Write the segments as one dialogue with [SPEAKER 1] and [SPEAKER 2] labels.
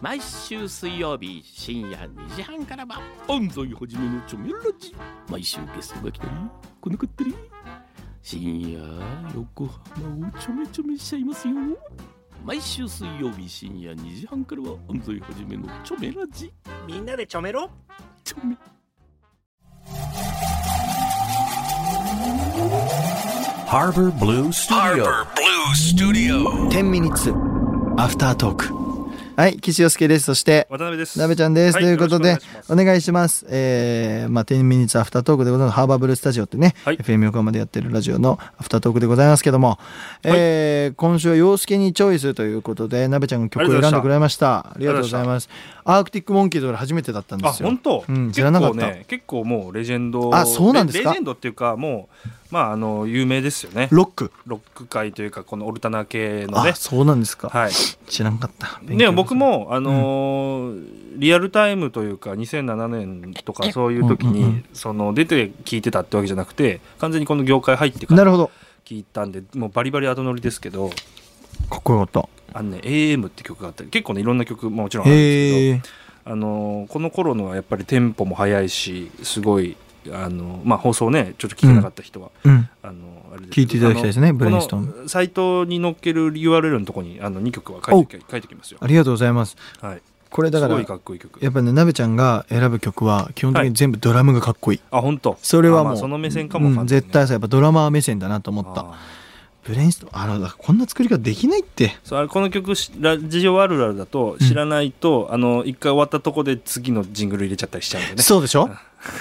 [SPEAKER 1] 毎週水曜日深夜2時半からは安西はじめのチョメラジ毎週ゲストが来たり来なかったり深夜横浜をちょめちょめしちゃいますよ毎週水曜日深夜2時半からは安西はじめのチョメラジ
[SPEAKER 2] みんなでちょめろ
[SPEAKER 1] チョメ
[SPEAKER 3] 10ミニッツアフタートークはい岸洋介ですそして
[SPEAKER 4] 渡辺です。
[SPEAKER 3] なべちゃんです、
[SPEAKER 4] はい
[SPEAKER 3] ということ
[SPEAKER 4] よ
[SPEAKER 3] で
[SPEAKER 4] ろしくお願いします
[SPEAKER 3] お願いしますえー、まあ10ミニッツアフタートークでございますハーバーブルースタジオってね、
[SPEAKER 4] はい
[SPEAKER 3] FM 横浜でやってるラジオのアフタートークでございますけども、えー今週は洋介にチョイスということでなべちゃんが曲を選んでくれましたありがとうございますアークティックモンキーズ俺初めてだったんで
[SPEAKER 4] あ
[SPEAKER 3] すよ
[SPEAKER 4] 本当、
[SPEAKER 3] うん知
[SPEAKER 4] 結
[SPEAKER 3] らなかっ
[SPEAKER 4] 構
[SPEAKER 3] た
[SPEAKER 4] ね結構もうレジェンド
[SPEAKER 3] あそうなんですか
[SPEAKER 4] レレジェンドっていうかもうまああの有名ですよね
[SPEAKER 3] ロック
[SPEAKER 4] ロック界というかこのオルタナ系のね
[SPEAKER 3] あそうなんですか、
[SPEAKER 4] はい
[SPEAKER 3] 知らんかった勉強
[SPEAKER 4] ね僕もあのーリアルタイムというか2007年とかそういう時に、
[SPEAKER 3] うんうんうん
[SPEAKER 4] その出て聞いてたってわけじゃなくて完全にこの業界入ってか
[SPEAKER 3] な
[SPEAKER 4] ら
[SPEAKER 3] るほど
[SPEAKER 4] 聞いたんでもうバリバリ後乗りですけど
[SPEAKER 3] かっこよかっ
[SPEAKER 4] あのね AM って曲があったり結構ねいろんな曲ももちろん
[SPEAKER 3] た
[SPEAKER 4] あるんですけ
[SPEAKER 3] へえ
[SPEAKER 4] どあのこの頃のはやっぱりテンポも速いしすごいあの、まあ、放送ねちょっと聞けなかった人は、
[SPEAKER 3] うん
[SPEAKER 4] あのあれです
[SPEAKER 3] 聞いていただきたいですねブレインストーム
[SPEAKER 4] ムサイトに載っける URL のとこにあの2曲は書いて書いておきますよ
[SPEAKER 3] あ、りがとうございます
[SPEAKER 4] はい、
[SPEAKER 3] これだか
[SPEAKER 4] す
[SPEAKER 3] ら
[SPEAKER 4] ごいかっこいい曲
[SPEAKER 3] やっぱねなべちゃんが選ぶ曲は基本的に全部ドラムがかっこいい、
[SPEAKER 4] あ本当
[SPEAKER 3] それはもう、
[SPEAKER 4] あまあその目線かも
[SPEAKER 3] うん
[SPEAKER 4] 完全にね
[SPEAKER 3] 絶対さやっぱドラマー目線だなと思った
[SPEAKER 4] あ
[SPEAKER 3] ブレインストあらこんな作り方できないって
[SPEAKER 4] ーそうあれこの曲しラジオあるあるだと知らないと、あの一回終わったとこで次のジングル入れちゃったりしちゃうんでね
[SPEAKER 3] そうでし ょ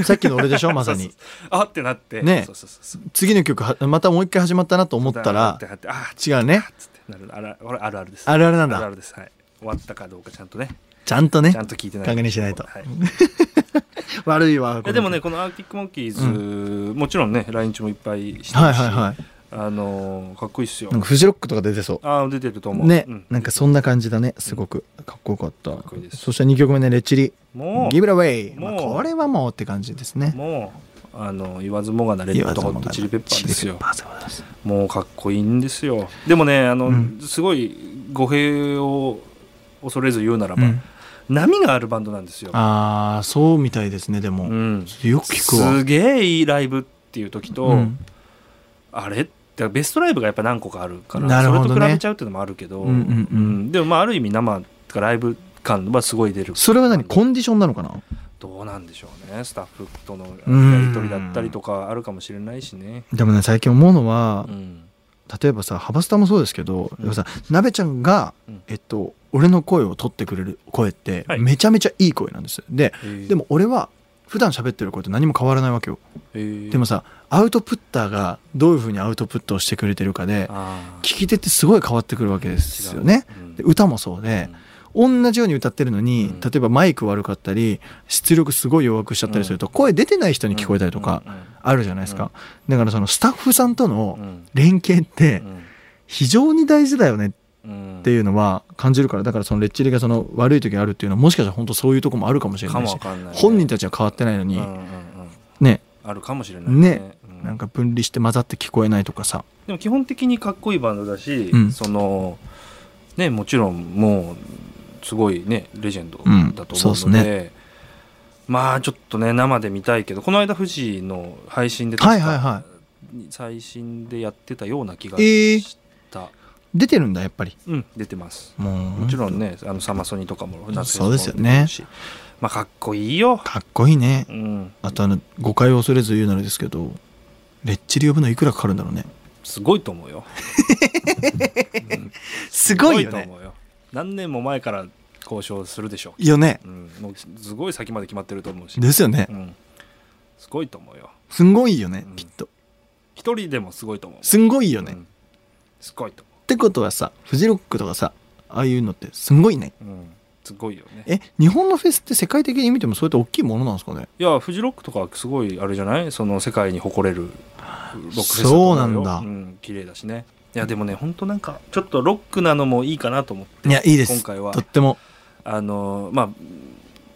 [SPEAKER 3] さっきの俺でしょまさに
[SPEAKER 4] そうそうそうあってなって
[SPEAKER 3] ね
[SPEAKER 4] そうそうそうそう
[SPEAKER 3] 次の曲はまたもう一回始まったなと思った
[SPEAKER 4] あ
[SPEAKER 3] ら
[SPEAKER 4] てなってあー
[SPEAKER 3] 違うね
[SPEAKER 4] つってなるあらこれあるあるです
[SPEAKER 3] あるあるなん
[SPEAKER 4] あるあ
[SPEAKER 3] だ
[SPEAKER 4] るですはい終わったかどうかちゃんとね
[SPEAKER 3] ちゃんとね
[SPEAKER 4] ちゃんと聞いてない
[SPEAKER 3] 確認しないと
[SPEAKER 4] はい、
[SPEAKER 3] 悪いわ
[SPEAKER 4] えでもねこのアーティックモンキーズ、もちろんね来日もいっぱいしてるし、
[SPEAKER 3] はいはいはい
[SPEAKER 4] あのーかっこいいっすよ
[SPEAKER 3] なんかフジロックとか出てそ
[SPEAKER 4] あー出てると思
[SPEAKER 3] う
[SPEAKER 4] う
[SPEAKER 3] ね、
[SPEAKER 4] うん
[SPEAKER 3] なんかそんな感じだねすごくかっこよかった
[SPEAKER 4] っこいいです
[SPEAKER 3] そして2曲目ね「レッチリ」「
[SPEAKER 4] も
[SPEAKER 3] ギブラウェイ」まあ
[SPEAKER 4] もう
[SPEAKER 3] これはもうって感じです
[SPEAKER 4] う
[SPEAKER 3] ね
[SPEAKER 4] もうあの言わずもがなレッドホットチリペッパーです
[SPEAKER 3] チリ
[SPEAKER 4] よ
[SPEAKER 3] ペッパーでございます
[SPEAKER 4] もうかっこいいんですよでもねあの、
[SPEAKER 3] うん
[SPEAKER 4] すごい語弊を恐れず言うならば、
[SPEAKER 3] うん
[SPEAKER 4] 波があるバンドなんですよ、
[SPEAKER 3] ああそうみたいですねでも、
[SPEAKER 4] うん、
[SPEAKER 3] よく聞くわ
[SPEAKER 4] すげえいいライブっていう時と、
[SPEAKER 3] うん
[SPEAKER 4] あれだからベストライブがやっぱ何個かあるから
[SPEAKER 3] なるほどね
[SPEAKER 4] それと比べちゃうっていうのもあるけど、
[SPEAKER 3] うんうんうん
[SPEAKER 4] うんでもまあある意味生とかライブ感はすごい出る
[SPEAKER 3] それは何コンディションなのかな
[SPEAKER 4] どうなんでしょうねスタッフとのや
[SPEAKER 3] うん
[SPEAKER 4] り取りだったりとかあるかもしれないしね、
[SPEAKER 3] でもね最近思うのは
[SPEAKER 4] う、ん
[SPEAKER 3] 例えばさハバスタもそうですけど、
[SPEAKER 4] うん
[SPEAKER 3] やっぱさなべちゃんが、
[SPEAKER 4] うん
[SPEAKER 3] えっと、俺の声を取ってくれる声って、
[SPEAKER 4] はい
[SPEAKER 3] めちゃめちゃいい声なんですよで
[SPEAKER 4] えー
[SPEAKER 3] でも俺は普段喋ってる声と何も変わらないわけよ、
[SPEAKER 4] えー
[SPEAKER 3] でもさアウトプッターがどういうふうにアウトプットをしてくれてるかで
[SPEAKER 4] あー
[SPEAKER 3] 聞き手ってすごい変わってくるわけですよね、
[SPEAKER 4] 違ううん
[SPEAKER 3] で歌もそうで、同じように歌ってるのに、
[SPEAKER 4] うん
[SPEAKER 3] 例えばマイク悪かったり出力すごい弱くしちゃったりすると、声出てない人に聞こえたりとか
[SPEAKER 4] うんうん
[SPEAKER 3] あるじゃないですか、だからそのスタッフさんとの
[SPEAKER 4] うん
[SPEAKER 3] 連携って
[SPEAKER 4] うん
[SPEAKER 3] 非常に大事だよね
[SPEAKER 4] うん
[SPEAKER 3] っていうのは感じるからだからそのレッチリがその悪い時があるっていうのはもしかしたら本当そういうとこもあるかもしれ
[SPEAKER 4] か
[SPEAKER 3] な
[SPEAKER 4] も
[SPEAKER 3] いし
[SPEAKER 4] わかんない、
[SPEAKER 3] 本人
[SPEAKER 4] ち
[SPEAKER 3] たちは変わってないのに、
[SPEAKER 4] うんうんうん
[SPEAKER 3] ね
[SPEAKER 4] あるかもしれない
[SPEAKER 3] ね
[SPEAKER 4] うん
[SPEAKER 3] なんか分離して混ざって聞こえないとかさ
[SPEAKER 4] でも基本的にかっこいいバンドだし、
[SPEAKER 3] うん
[SPEAKER 4] そのねもちろんもうすごいねレジェンド
[SPEAKER 3] うん
[SPEAKER 4] だと
[SPEAKER 3] そうっ
[SPEAKER 4] 思
[SPEAKER 3] す
[SPEAKER 4] うので、
[SPEAKER 3] ね
[SPEAKER 4] まあちょっとね生で見たいけどこの間富士の配信で確か
[SPEAKER 3] はいはいは
[SPEAKER 4] 最新でやってたような気が
[SPEAKER 3] えー
[SPEAKER 4] した、
[SPEAKER 3] 出てるんだやっぱり
[SPEAKER 4] うん出てます
[SPEAKER 3] もう
[SPEAKER 4] もちろんねあのサマソニとかも夏フェス
[SPEAKER 3] そうですよね
[SPEAKER 4] も出てるしまあかっこいいよ、
[SPEAKER 3] かっこいいね
[SPEAKER 4] うん、
[SPEAKER 3] あとあの誤解を恐れず言うならですけどレッチリ呼ぶのいくらかかるんだろうね
[SPEAKER 4] すごいと思うよ
[SPEAKER 3] すごい
[SPEAKER 4] す
[SPEAKER 3] よ
[SPEAKER 4] と
[SPEAKER 3] ね
[SPEAKER 4] 思うよ何年も前から交渉するでしょう
[SPEAKER 3] よね
[SPEAKER 4] うん、もうすごい先まで決まってると思うし、
[SPEAKER 3] ですよね
[SPEAKER 4] うん、すごいと思うよ
[SPEAKER 3] すんごいよね
[SPEAKER 4] うん
[SPEAKER 3] きっと
[SPEAKER 4] 一人でもすごいと思う
[SPEAKER 3] すんごいよね、
[SPEAKER 4] う
[SPEAKER 3] っ
[SPEAKER 4] んすごいと
[SPEAKER 3] てことはさフジロックとかさああいうのってすんごいね
[SPEAKER 4] 思う、うん、すごいよね
[SPEAKER 3] え日本のフェスって世界的に見てもそうやって大きいものなんですかね
[SPEAKER 4] いやフジロックとかはすごいあれじゃないその世界に誇れるロックフェスだと
[SPEAKER 3] そう
[SPEAKER 4] 思よ
[SPEAKER 3] なんだ
[SPEAKER 4] うん綺麗だしねいやでもね本当なんかちょっとロックなのもいいかなと思って
[SPEAKER 3] いやいいです
[SPEAKER 4] 今回は
[SPEAKER 3] とっても
[SPEAKER 4] あのま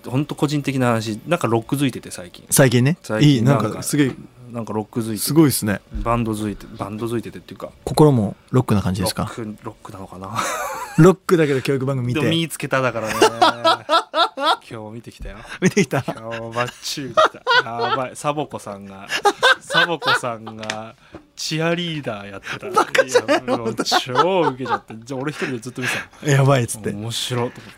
[SPEAKER 4] あ本当個人的な話なんかロックづいてて最近
[SPEAKER 3] 最近ね
[SPEAKER 4] 最近
[SPEAKER 3] いいなん
[SPEAKER 4] なん
[SPEAKER 3] か
[SPEAKER 4] か
[SPEAKER 3] すげえ
[SPEAKER 4] なんかロックづいて
[SPEAKER 3] すごいですね
[SPEAKER 4] バンドづいてバンドづいててっていうか
[SPEAKER 3] 心もロックな感じ
[SPEAKER 4] ロ
[SPEAKER 3] です
[SPEAKER 4] ッ
[SPEAKER 3] か
[SPEAKER 4] クロックなのかな
[SPEAKER 3] ロックだけど教育番組見
[SPEAKER 4] でも
[SPEAKER 3] て
[SPEAKER 4] 見つけただから ね今日見てきたよ
[SPEAKER 3] 見てきた
[SPEAKER 4] 今日バッチリ見てきたやばいサボ子さんがサボ子さんがチアリーダーやってたバカじゃ超ウケちゃってじゃあ俺一人でずっと見て
[SPEAKER 3] やばいっつったて
[SPEAKER 4] の面白いと思っ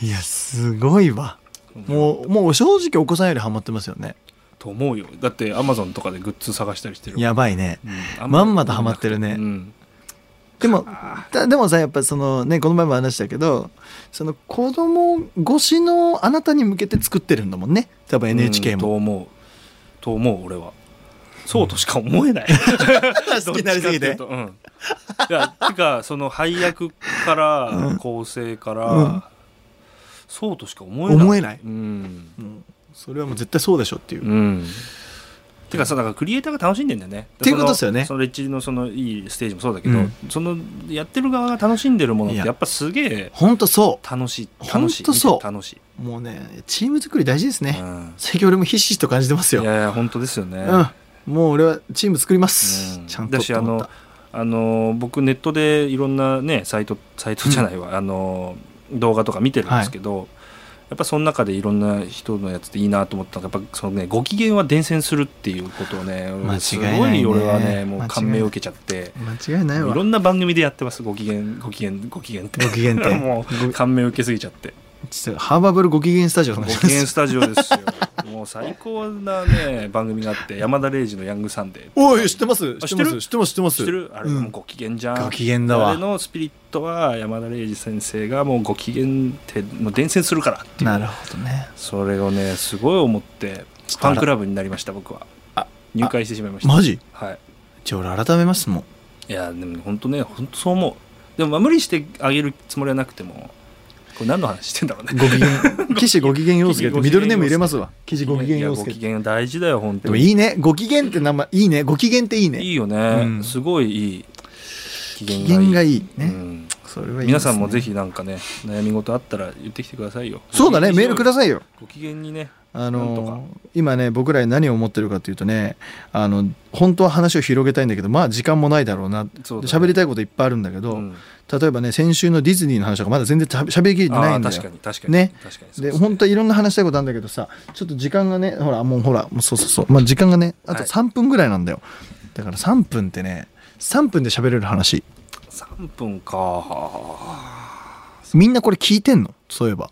[SPEAKER 4] て
[SPEAKER 3] いやすごいわもうもう正直お子さんよりハマってますよね
[SPEAKER 4] と思うよだってアマゾンとかでグッズ探したりしてる
[SPEAKER 3] やばいね
[SPEAKER 4] うん
[SPEAKER 3] まんまとハマってるね
[SPEAKER 4] うん
[SPEAKER 3] でもだでもさやっぱそのねこの前も話したけどその子供越しのあなたに向けて作ってるんだもんね多分 NHK
[SPEAKER 4] うんと
[SPEAKER 3] も、
[SPEAKER 4] 思うと思う俺はそうとしか思えない
[SPEAKER 3] 好きになりすぎて
[SPEAKER 4] どっちかっていうとうんいやてかその配役から、構成から、
[SPEAKER 3] うん
[SPEAKER 4] そうとしか思えない
[SPEAKER 3] 思えない
[SPEAKER 4] うん、
[SPEAKER 3] うんそれはもう絶対そうでしょっていう、
[SPEAKER 4] うん、てかさだからクリエイターが楽しんでんだよね
[SPEAKER 3] っていうことですよね
[SPEAKER 4] そのそのレッチリのそのいいステージもそうだけど、
[SPEAKER 3] うん
[SPEAKER 4] そのやってる側が楽しんでるものって
[SPEAKER 3] いや
[SPEAKER 4] やっぱすげえ
[SPEAKER 3] ほんとそ
[SPEAKER 4] 楽しい
[SPEAKER 3] ほん
[SPEAKER 4] 楽しい
[SPEAKER 3] とそう
[SPEAKER 4] 楽しい、
[SPEAKER 3] うもうねチーム作り大事です
[SPEAKER 4] う
[SPEAKER 3] ね、
[SPEAKER 4] ん、
[SPEAKER 3] 最近俺もひしひしと感じてます
[SPEAKER 4] い
[SPEAKER 3] よ、
[SPEAKER 4] やいや本当ですよね、
[SPEAKER 3] うんもう俺はチーム作ります、
[SPEAKER 4] うん
[SPEAKER 3] ちゃんと
[SPEAKER 4] だし
[SPEAKER 3] と
[SPEAKER 4] あ
[SPEAKER 3] 思っ
[SPEAKER 4] の
[SPEAKER 3] た
[SPEAKER 4] あの僕ネットでいろんなねサイトサイトじゃないわ、あの動画とか見てるんですけど、やっぱその中でいろんな人のやつでいいなと思ったのがやっぱそのねご機嫌は伝染するっていうことをね
[SPEAKER 3] 間
[SPEAKER 4] す
[SPEAKER 3] 違い
[SPEAKER 4] ご
[SPEAKER 3] ないね
[SPEAKER 4] い俺はね
[SPEAKER 3] 間違い
[SPEAKER 4] も
[SPEAKER 3] な
[SPEAKER 4] う
[SPEAKER 3] い
[SPEAKER 4] 感銘を受けちゃって。
[SPEAKER 3] 間違いないいわ
[SPEAKER 4] ろんな番組でやってますご機嫌ご機嫌ご機嫌って
[SPEAKER 3] ご機嫌って
[SPEAKER 4] もう感銘を受けすぎちゃって
[SPEAKER 3] ちょっとハーバブルご機嫌スタジオの
[SPEAKER 4] ご
[SPEAKER 3] 話
[SPEAKER 4] 機
[SPEAKER 3] で
[SPEAKER 4] 嫌
[SPEAKER 3] す
[SPEAKER 4] スタジオですよもう最高なね番組があって山田礼二の「ヤングサンデーって」
[SPEAKER 3] おい知ってます
[SPEAKER 4] あ
[SPEAKER 3] 知ってます知ってます知ってます
[SPEAKER 4] 知ってるあれ
[SPEAKER 3] うん
[SPEAKER 4] もうご機嫌じゃん、
[SPEAKER 3] ご機嫌だわ
[SPEAKER 4] あれのスピリットは山田礼二先生がもうご機嫌ってもう伝染するからっていう
[SPEAKER 3] なるほどね
[SPEAKER 4] それをねすごい思って
[SPEAKER 3] ちょっ
[SPEAKER 4] フ
[SPEAKER 3] とあら
[SPEAKER 4] ァンクラブになりました僕は
[SPEAKER 3] あ
[SPEAKER 4] 入会してしまいました
[SPEAKER 3] マジ
[SPEAKER 4] はい
[SPEAKER 3] じゃあ俺改めますもん
[SPEAKER 4] いやでも本当ね本当そう思うでもまあ無理してあげるつもりはなくてもこれ何の話してんだろうね
[SPEAKER 3] ご機 嫌岸ご機嫌陽介ってミドルネーム入れますわ岸ご機嫌
[SPEAKER 4] いや
[SPEAKER 3] 陽
[SPEAKER 4] ご
[SPEAKER 3] 介
[SPEAKER 4] 機嫌大事だよ本
[SPEAKER 3] で
[SPEAKER 4] 当
[SPEAKER 3] も
[SPEAKER 4] に
[SPEAKER 3] いいねご機嫌って名前いいねご機嫌っていいね
[SPEAKER 4] いいよね、
[SPEAKER 3] うん
[SPEAKER 4] すごいいい機
[SPEAKER 3] 機嫌が
[SPEAKER 4] い
[SPEAKER 3] いいね、
[SPEAKER 4] うん
[SPEAKER 3] それはいいですね
[SPEAKER 4] 皆さんもぜひなんかね悩み事あったら言ってきてくださいよ
[SPEAKER 3] そうだねメールくだ
[SPEAKER 4] さ
[SPEAKER 3] さいよ
[SPEAKER 4] いご機嫌にね
[SPEAKER 3] あ
[SPEAKER 4] なんと
[SPEAKER 3] の
[SPEAKER 4] か
[SPEAKER 3] 今ね僕らに何を思ってるかというとねあの本当は話を広げたいんだけどまあ時間もないだろうな
[SPEAKER 4] そうだね
[SPEAKER 3] 喋、りたいこといっぱいあるんだけど、
[SPEAKER 4] うん
[SPEAKER 3] 例えばね先週のディズニーの話とかまだ全然た喋りきれてないんだ
[SPEAKER 4] あー確か
[SPEAKER 3] よ
[SPEAKER 4] に確かに
[SPEAKER 3] ね
[SPEAKER 4] 確かにそう
[SPEAKER 3] で
[SPEAKER 4] そう
[SPEAKER 3] 本当はいろんな話したいことあるんだけどさちょっと時間がねほらもうほらもうそうそうそう、まあ、時間がねあと
[SPEAKER 4] はい
[SPEAKER 3] 3分ぐらいなんだよ、だから3分ってね3分で喋れる話
[SPEAKER 4] 3分か
[SPEAKER 3] みんなこれ聞いてんのそういえば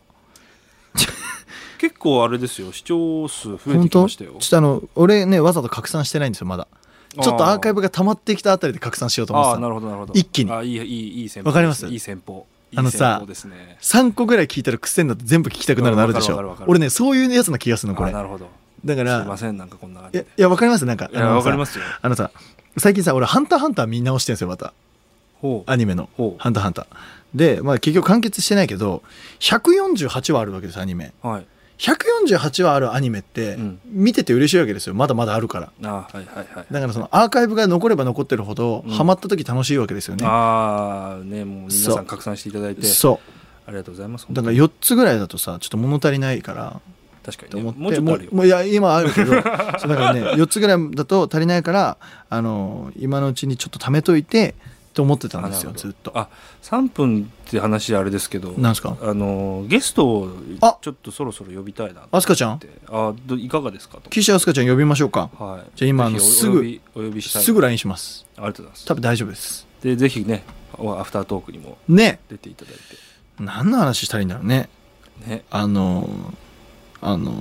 [SPEAKER 4] 結構あれですよ視聴数増え
[SPEAKER 3] 本
[SPEAKER 4] てき
[SPEAKER 3] 当
[SPEAKER 4] ま
[SPEAKER 3] ち
[SPEAKER 4] した
[SPEAKER 3] ょ
[SPEAKER 4] よ
[SPEAKER 3] っとあの俺ねわざと拡散してないんですよまだちょ
[SPEAKER 4] あー
[SPEAKER 3] っとアーカイブが溜まってきたあたりで拡散しようと思っ
[SPEAKER 4] ああ
[SPEAKER 3] てた
[SPEAKER 4] ーな
[SPEAKER 3] の
[SPEAKER 4] るほどなるほど
[SPEAKER 3] 一気に
[SPEAKER 4] あーいいいいいい戦法
[SPEAKER 3] わかります
[SPEAKER 4] いい戦法
[SPEAKER 3] あのさ
[SPEAKER 4] いい戦法ですね
[SPEAKER 3] 3個ぐらい聞いたら癖になって全部聞きたくなるのあるでし
[SPEAKER 4] わかるわ
[SPEAKER 3] ょ
[SPEAKER 4] かるわかる
[SPEAKER 3] 俺ねそういうやつな気がするのこ
[SPEAKER 4] あ
[SPEAKER 3] れ
[SPEAKER 4] なるほど
[SPEAKER 3] だか
[SPEAKER 4] すい
[SPEAKER 3] ら
[SPEAKER 4] ませんなんかこんな感
[SPEAKER 3] い
[SPEAKER 4] じ
[SPEAKER 3] やい
[SPEAKER 4] で
[SPEAKER 3] やわかりますなんか
[SPEAKER 4] いや
[SPEAKER 3] あのさ
[SPEAKER 4] わかりますよ
[SPEAKER 3] あのさ最近さ俺「ハンターハンター」見直してんすよまた
[SPEAKER 4] ほう
[SPEAKER 3] アニメの
[SPEAKER 4] ほ
[SPEAKER 3] 「
[SPEAKER 4] う
[SPEAKER 3] ハンターハンター」で、まあ、結局完結してないけど148話あるわけですアニメ
[SPEAKER 4] はい
[SPEAKER 3] 148話あるアニメって、
[SPEAKER 4] うん
[SPEAKER 3] 見てて嬉しいわけですよまだまだあるから
[SPEAKER 4] あーはいはいはい
[SPEAKER 3] だからそのアーカイブが残れば残ってるほど、
[SPEAKER 4] うん
[SPEAKER 3] ハマった時楽しいわけですよね
[SPEAKER 4] ああねもう皆
[SPEAKER 3] そ
[SPEAKER 4] さ
[SPEAKER 3] うん
[SPEAKER 4] 拡散していただいて
[SPEAKER 3] そ
[SPEAKER 4] ありがとうございます
[SPEAKER 3] うだから4つぐらいだとさちょっと物足りないからと
[SPEAKER 4] 確かに
[SPEAKER 3] 思っ
[SPEAKER 4] ね
[SPEAKER 3] て
[SPEAKER 4] もうちょっとあるよ
[SPEAKER 3] もういや今あるけど そうだからね4つぐらいだと足りないからあの今のうちにちょっと貯めといてと思ってたんですよ
[SPEAKER 4] あなるほど
[SPEAKER 3] ずっと
[SPEAKER 4] あ3分って話あれですけど
[SPEAKER 3] なんですか
[SPEAKER 4] あのゲストを
[SPEAKER 3] あ
[SPEAKER 4] ちょっとそろそろ呼びたいなっ
[SPEAKER 3] あすかちゃん
[SPEAKER 4] てあどいかがですかと
[SPEAKER 3] 岸あすかちゃん呼びましょうか
[SPEAKER 4] はい
[SPEAKER 3] じゃあ今あの
[SPEAKER 4] ぜひお
[SPEAKER 3] すぐ
[SPEAKER 4] お呼びお呼びしたい
[SPEAKER 3] すぐ LINE します
[SPEAKER 4] ありがとうございます
[SPEAKER 3] 多分大丈夫です
[SPEAKER 4] でぜひねおアフタートークにも
[SPEAKER 3] ね
[SPEAKER 4] 出ていただい
[SPEAKER 3] 何の話したらいいんだろうね
[SPEAKER 4] てね
[SPEAKER 3] あのあの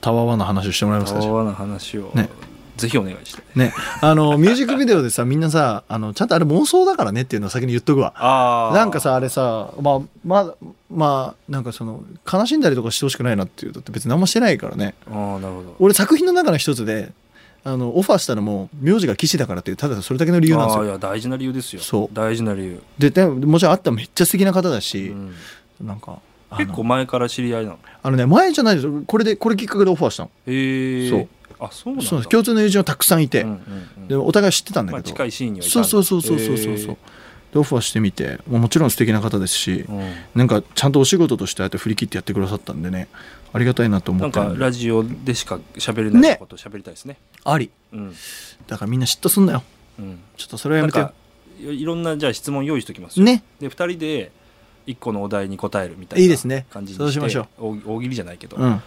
[SPEAKER 3] タワーワンの話をしてもらえます
[SPEAKER 4] た
[SPEAKER 3] かじゃあ
[SPEAKER 4] わわな話を
[SPEAKER 3] ね
[SPEAKER 4] ぜひお願いして
[SPEAKER 3] ね、あのミュージックビデオでさみんなさあのちゃんとあれ妄想だからねっていうのを先に言っとくわ
[SPEAKER 4] ああ
[SPEAKER 3] なんかさあれさまあまあまあなんかその悲しんだりとかしてほしくないなっていうだって別に何もしてないからね
[SPEAKER 4] あーなるほど
[SPEAKER 3] 俺作品の中の一つであのオファーしたのも名字が騎士だからっていうただそれだけの理由なんです
[SPEAKER 4] あーい
[SPEAKER 3] よ
[SPEAKER 4] や大事な理由ですよ
[SPEAKER 3] そう
[SPEAKER 4] 大事な理由、
[SPEAKER 3] ででももちろん会ったらめっちゃ素敵な方だし、
[SPEAKER 4] うん
[SPEAKER 3] なんかあの
[SPEAKER 4] 結構前から知り合いなの
[SPEAKER 3] あのね前じゃないですよこれでこれきっかけでオファーしたの
[SPEAKER 4] へえ
[SPEAKER 3] そう
[SPEAKER 4] あそうなんだ
[SPEAKER 3] そうなんです共通の友人がたくさんいて、
[SPEAKER 4] うんうんうん
[SPEAKER 3] でお互い知ってたんだ
[SPEAKER 4] ま
[SPEAKER 3] け
[SPEAKER 4] あ、
[SPEAKER 3] ど、
[SPEAKER 4] 近いシーンにはいた
[SPEAKER 3] そ
[SPEAKER 4] ん
[SPEAKER 3] う
[SPEAKER 4] だ
[SPEAKER 3] そうそうそうそうそうそう
[SPEAKER 4] へ
[SPEAKER 3] でオファーしてみてもうもちろん素敵な方ですし
[SPEAKER 4] ーうん
[SPEAKER 3] なんかちゃんとお仕事としてああえて振り切ってやってくださったんでねありがたいなと思
[SPEAKER 4] な
[SPEAKER 3] っ
[SPEAKER 4] ん
[SPEAKER 3] てる
[SPEAKER 4] か
[SPEAKER 3] んで
[SPEAKER 4] ラジオでしか喋れない
[SPEAKER 3] ね
[SPEAKER 4] ことを喋りたいですね。
[SPEAKER 3] あり
[SPEAKER 4] うん
[SPEAKER 3] だからみんな嫉妬すんなよ
[SPEAKER 4] うん、
[SPEAKER 3] ちょっとそれは
[SPEAKER 4] な
[SPEAKER 3] や
[SPEAKER 4] ん
[SPEAKER 3] めてよ
[SPEAKER 4] かいいろんなじゃあ質問用意しておきますよ、
[SPEAKER 3] ね
[SPEAKER 4] で2人で1個のお題に答えるみたいない
[SPEAKER 3] いですね
[SPEAKER 4] 感じに
[SPEAKER 3] そうしましょ
[SPEAKER 4] う大大喜利じゃないけど、
[SPEAKER 3] うん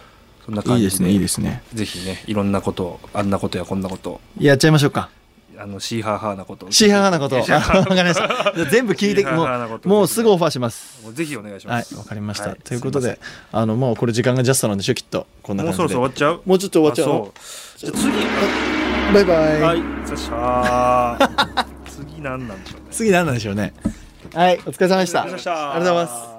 [SPEAKER 4] そんない感
[SPEAKER 3] いで
[SPEAKER 4] じ
[SPEAKER 3] す
[SPEAKER 4] で
[SPEAKER 3] ねいいですね
[SPEAKER 4] ぜひねいろんなことをあんなことやこんなこと
[SPEAKER 3] やっちゃいましょうか
[SPEAKER 4] あのシーハーハーなこと
[SPEAKER 3] シーハーハーなこと あわかりましたじゃあ 全部聞いて
[SPEAKER 4] シーハー
[SPEAKER 3] も
[SPEAKER 4] ハーなこ
[SPEAKER 3] う
[SPEAKER 4] と
[SPEAKER 3] もうすぐオファーします
[SPEAKER 4] もうぜひお願いし
[SPEAKER 3] は
[SPEAKER 4] ま
[SPEAKER 3] い
[SPEAKER 4] す
[SPEAKER 3] わかりました、
[SPEAKER 4] はい
[SPEAKER 3] ということ
[SPEAKER 4] す
[SPEAKER 3] であのもうこれ時間がジャストなんでしょきっとこん
[SPEAKER 4] ません
[SPEAKER 3] な
[SPEAKER 4] も
[SPEAKER 3] 感
[SPEAKER 4] う
[SPEAKER 3] じ
[SPEAKER 4] そ
[SPEAKER 3] で
[SPEAKER 4] ろそろ終わっちゃう
[SPEAKER 3] もうちょっと終わっちゃう
[SPEAKER 4] あそうじゃ
[SPEAKER 3] バイバイ、
[SPEAKER 4] あ次はいさっしゃー 次何なんでしょうね
[SPEAKER 3] 次何なんでしょうねはいお疲れ様でした
[SPEAKER 4] お疲れ様でした
[SPEAKER 3] ありがとうございます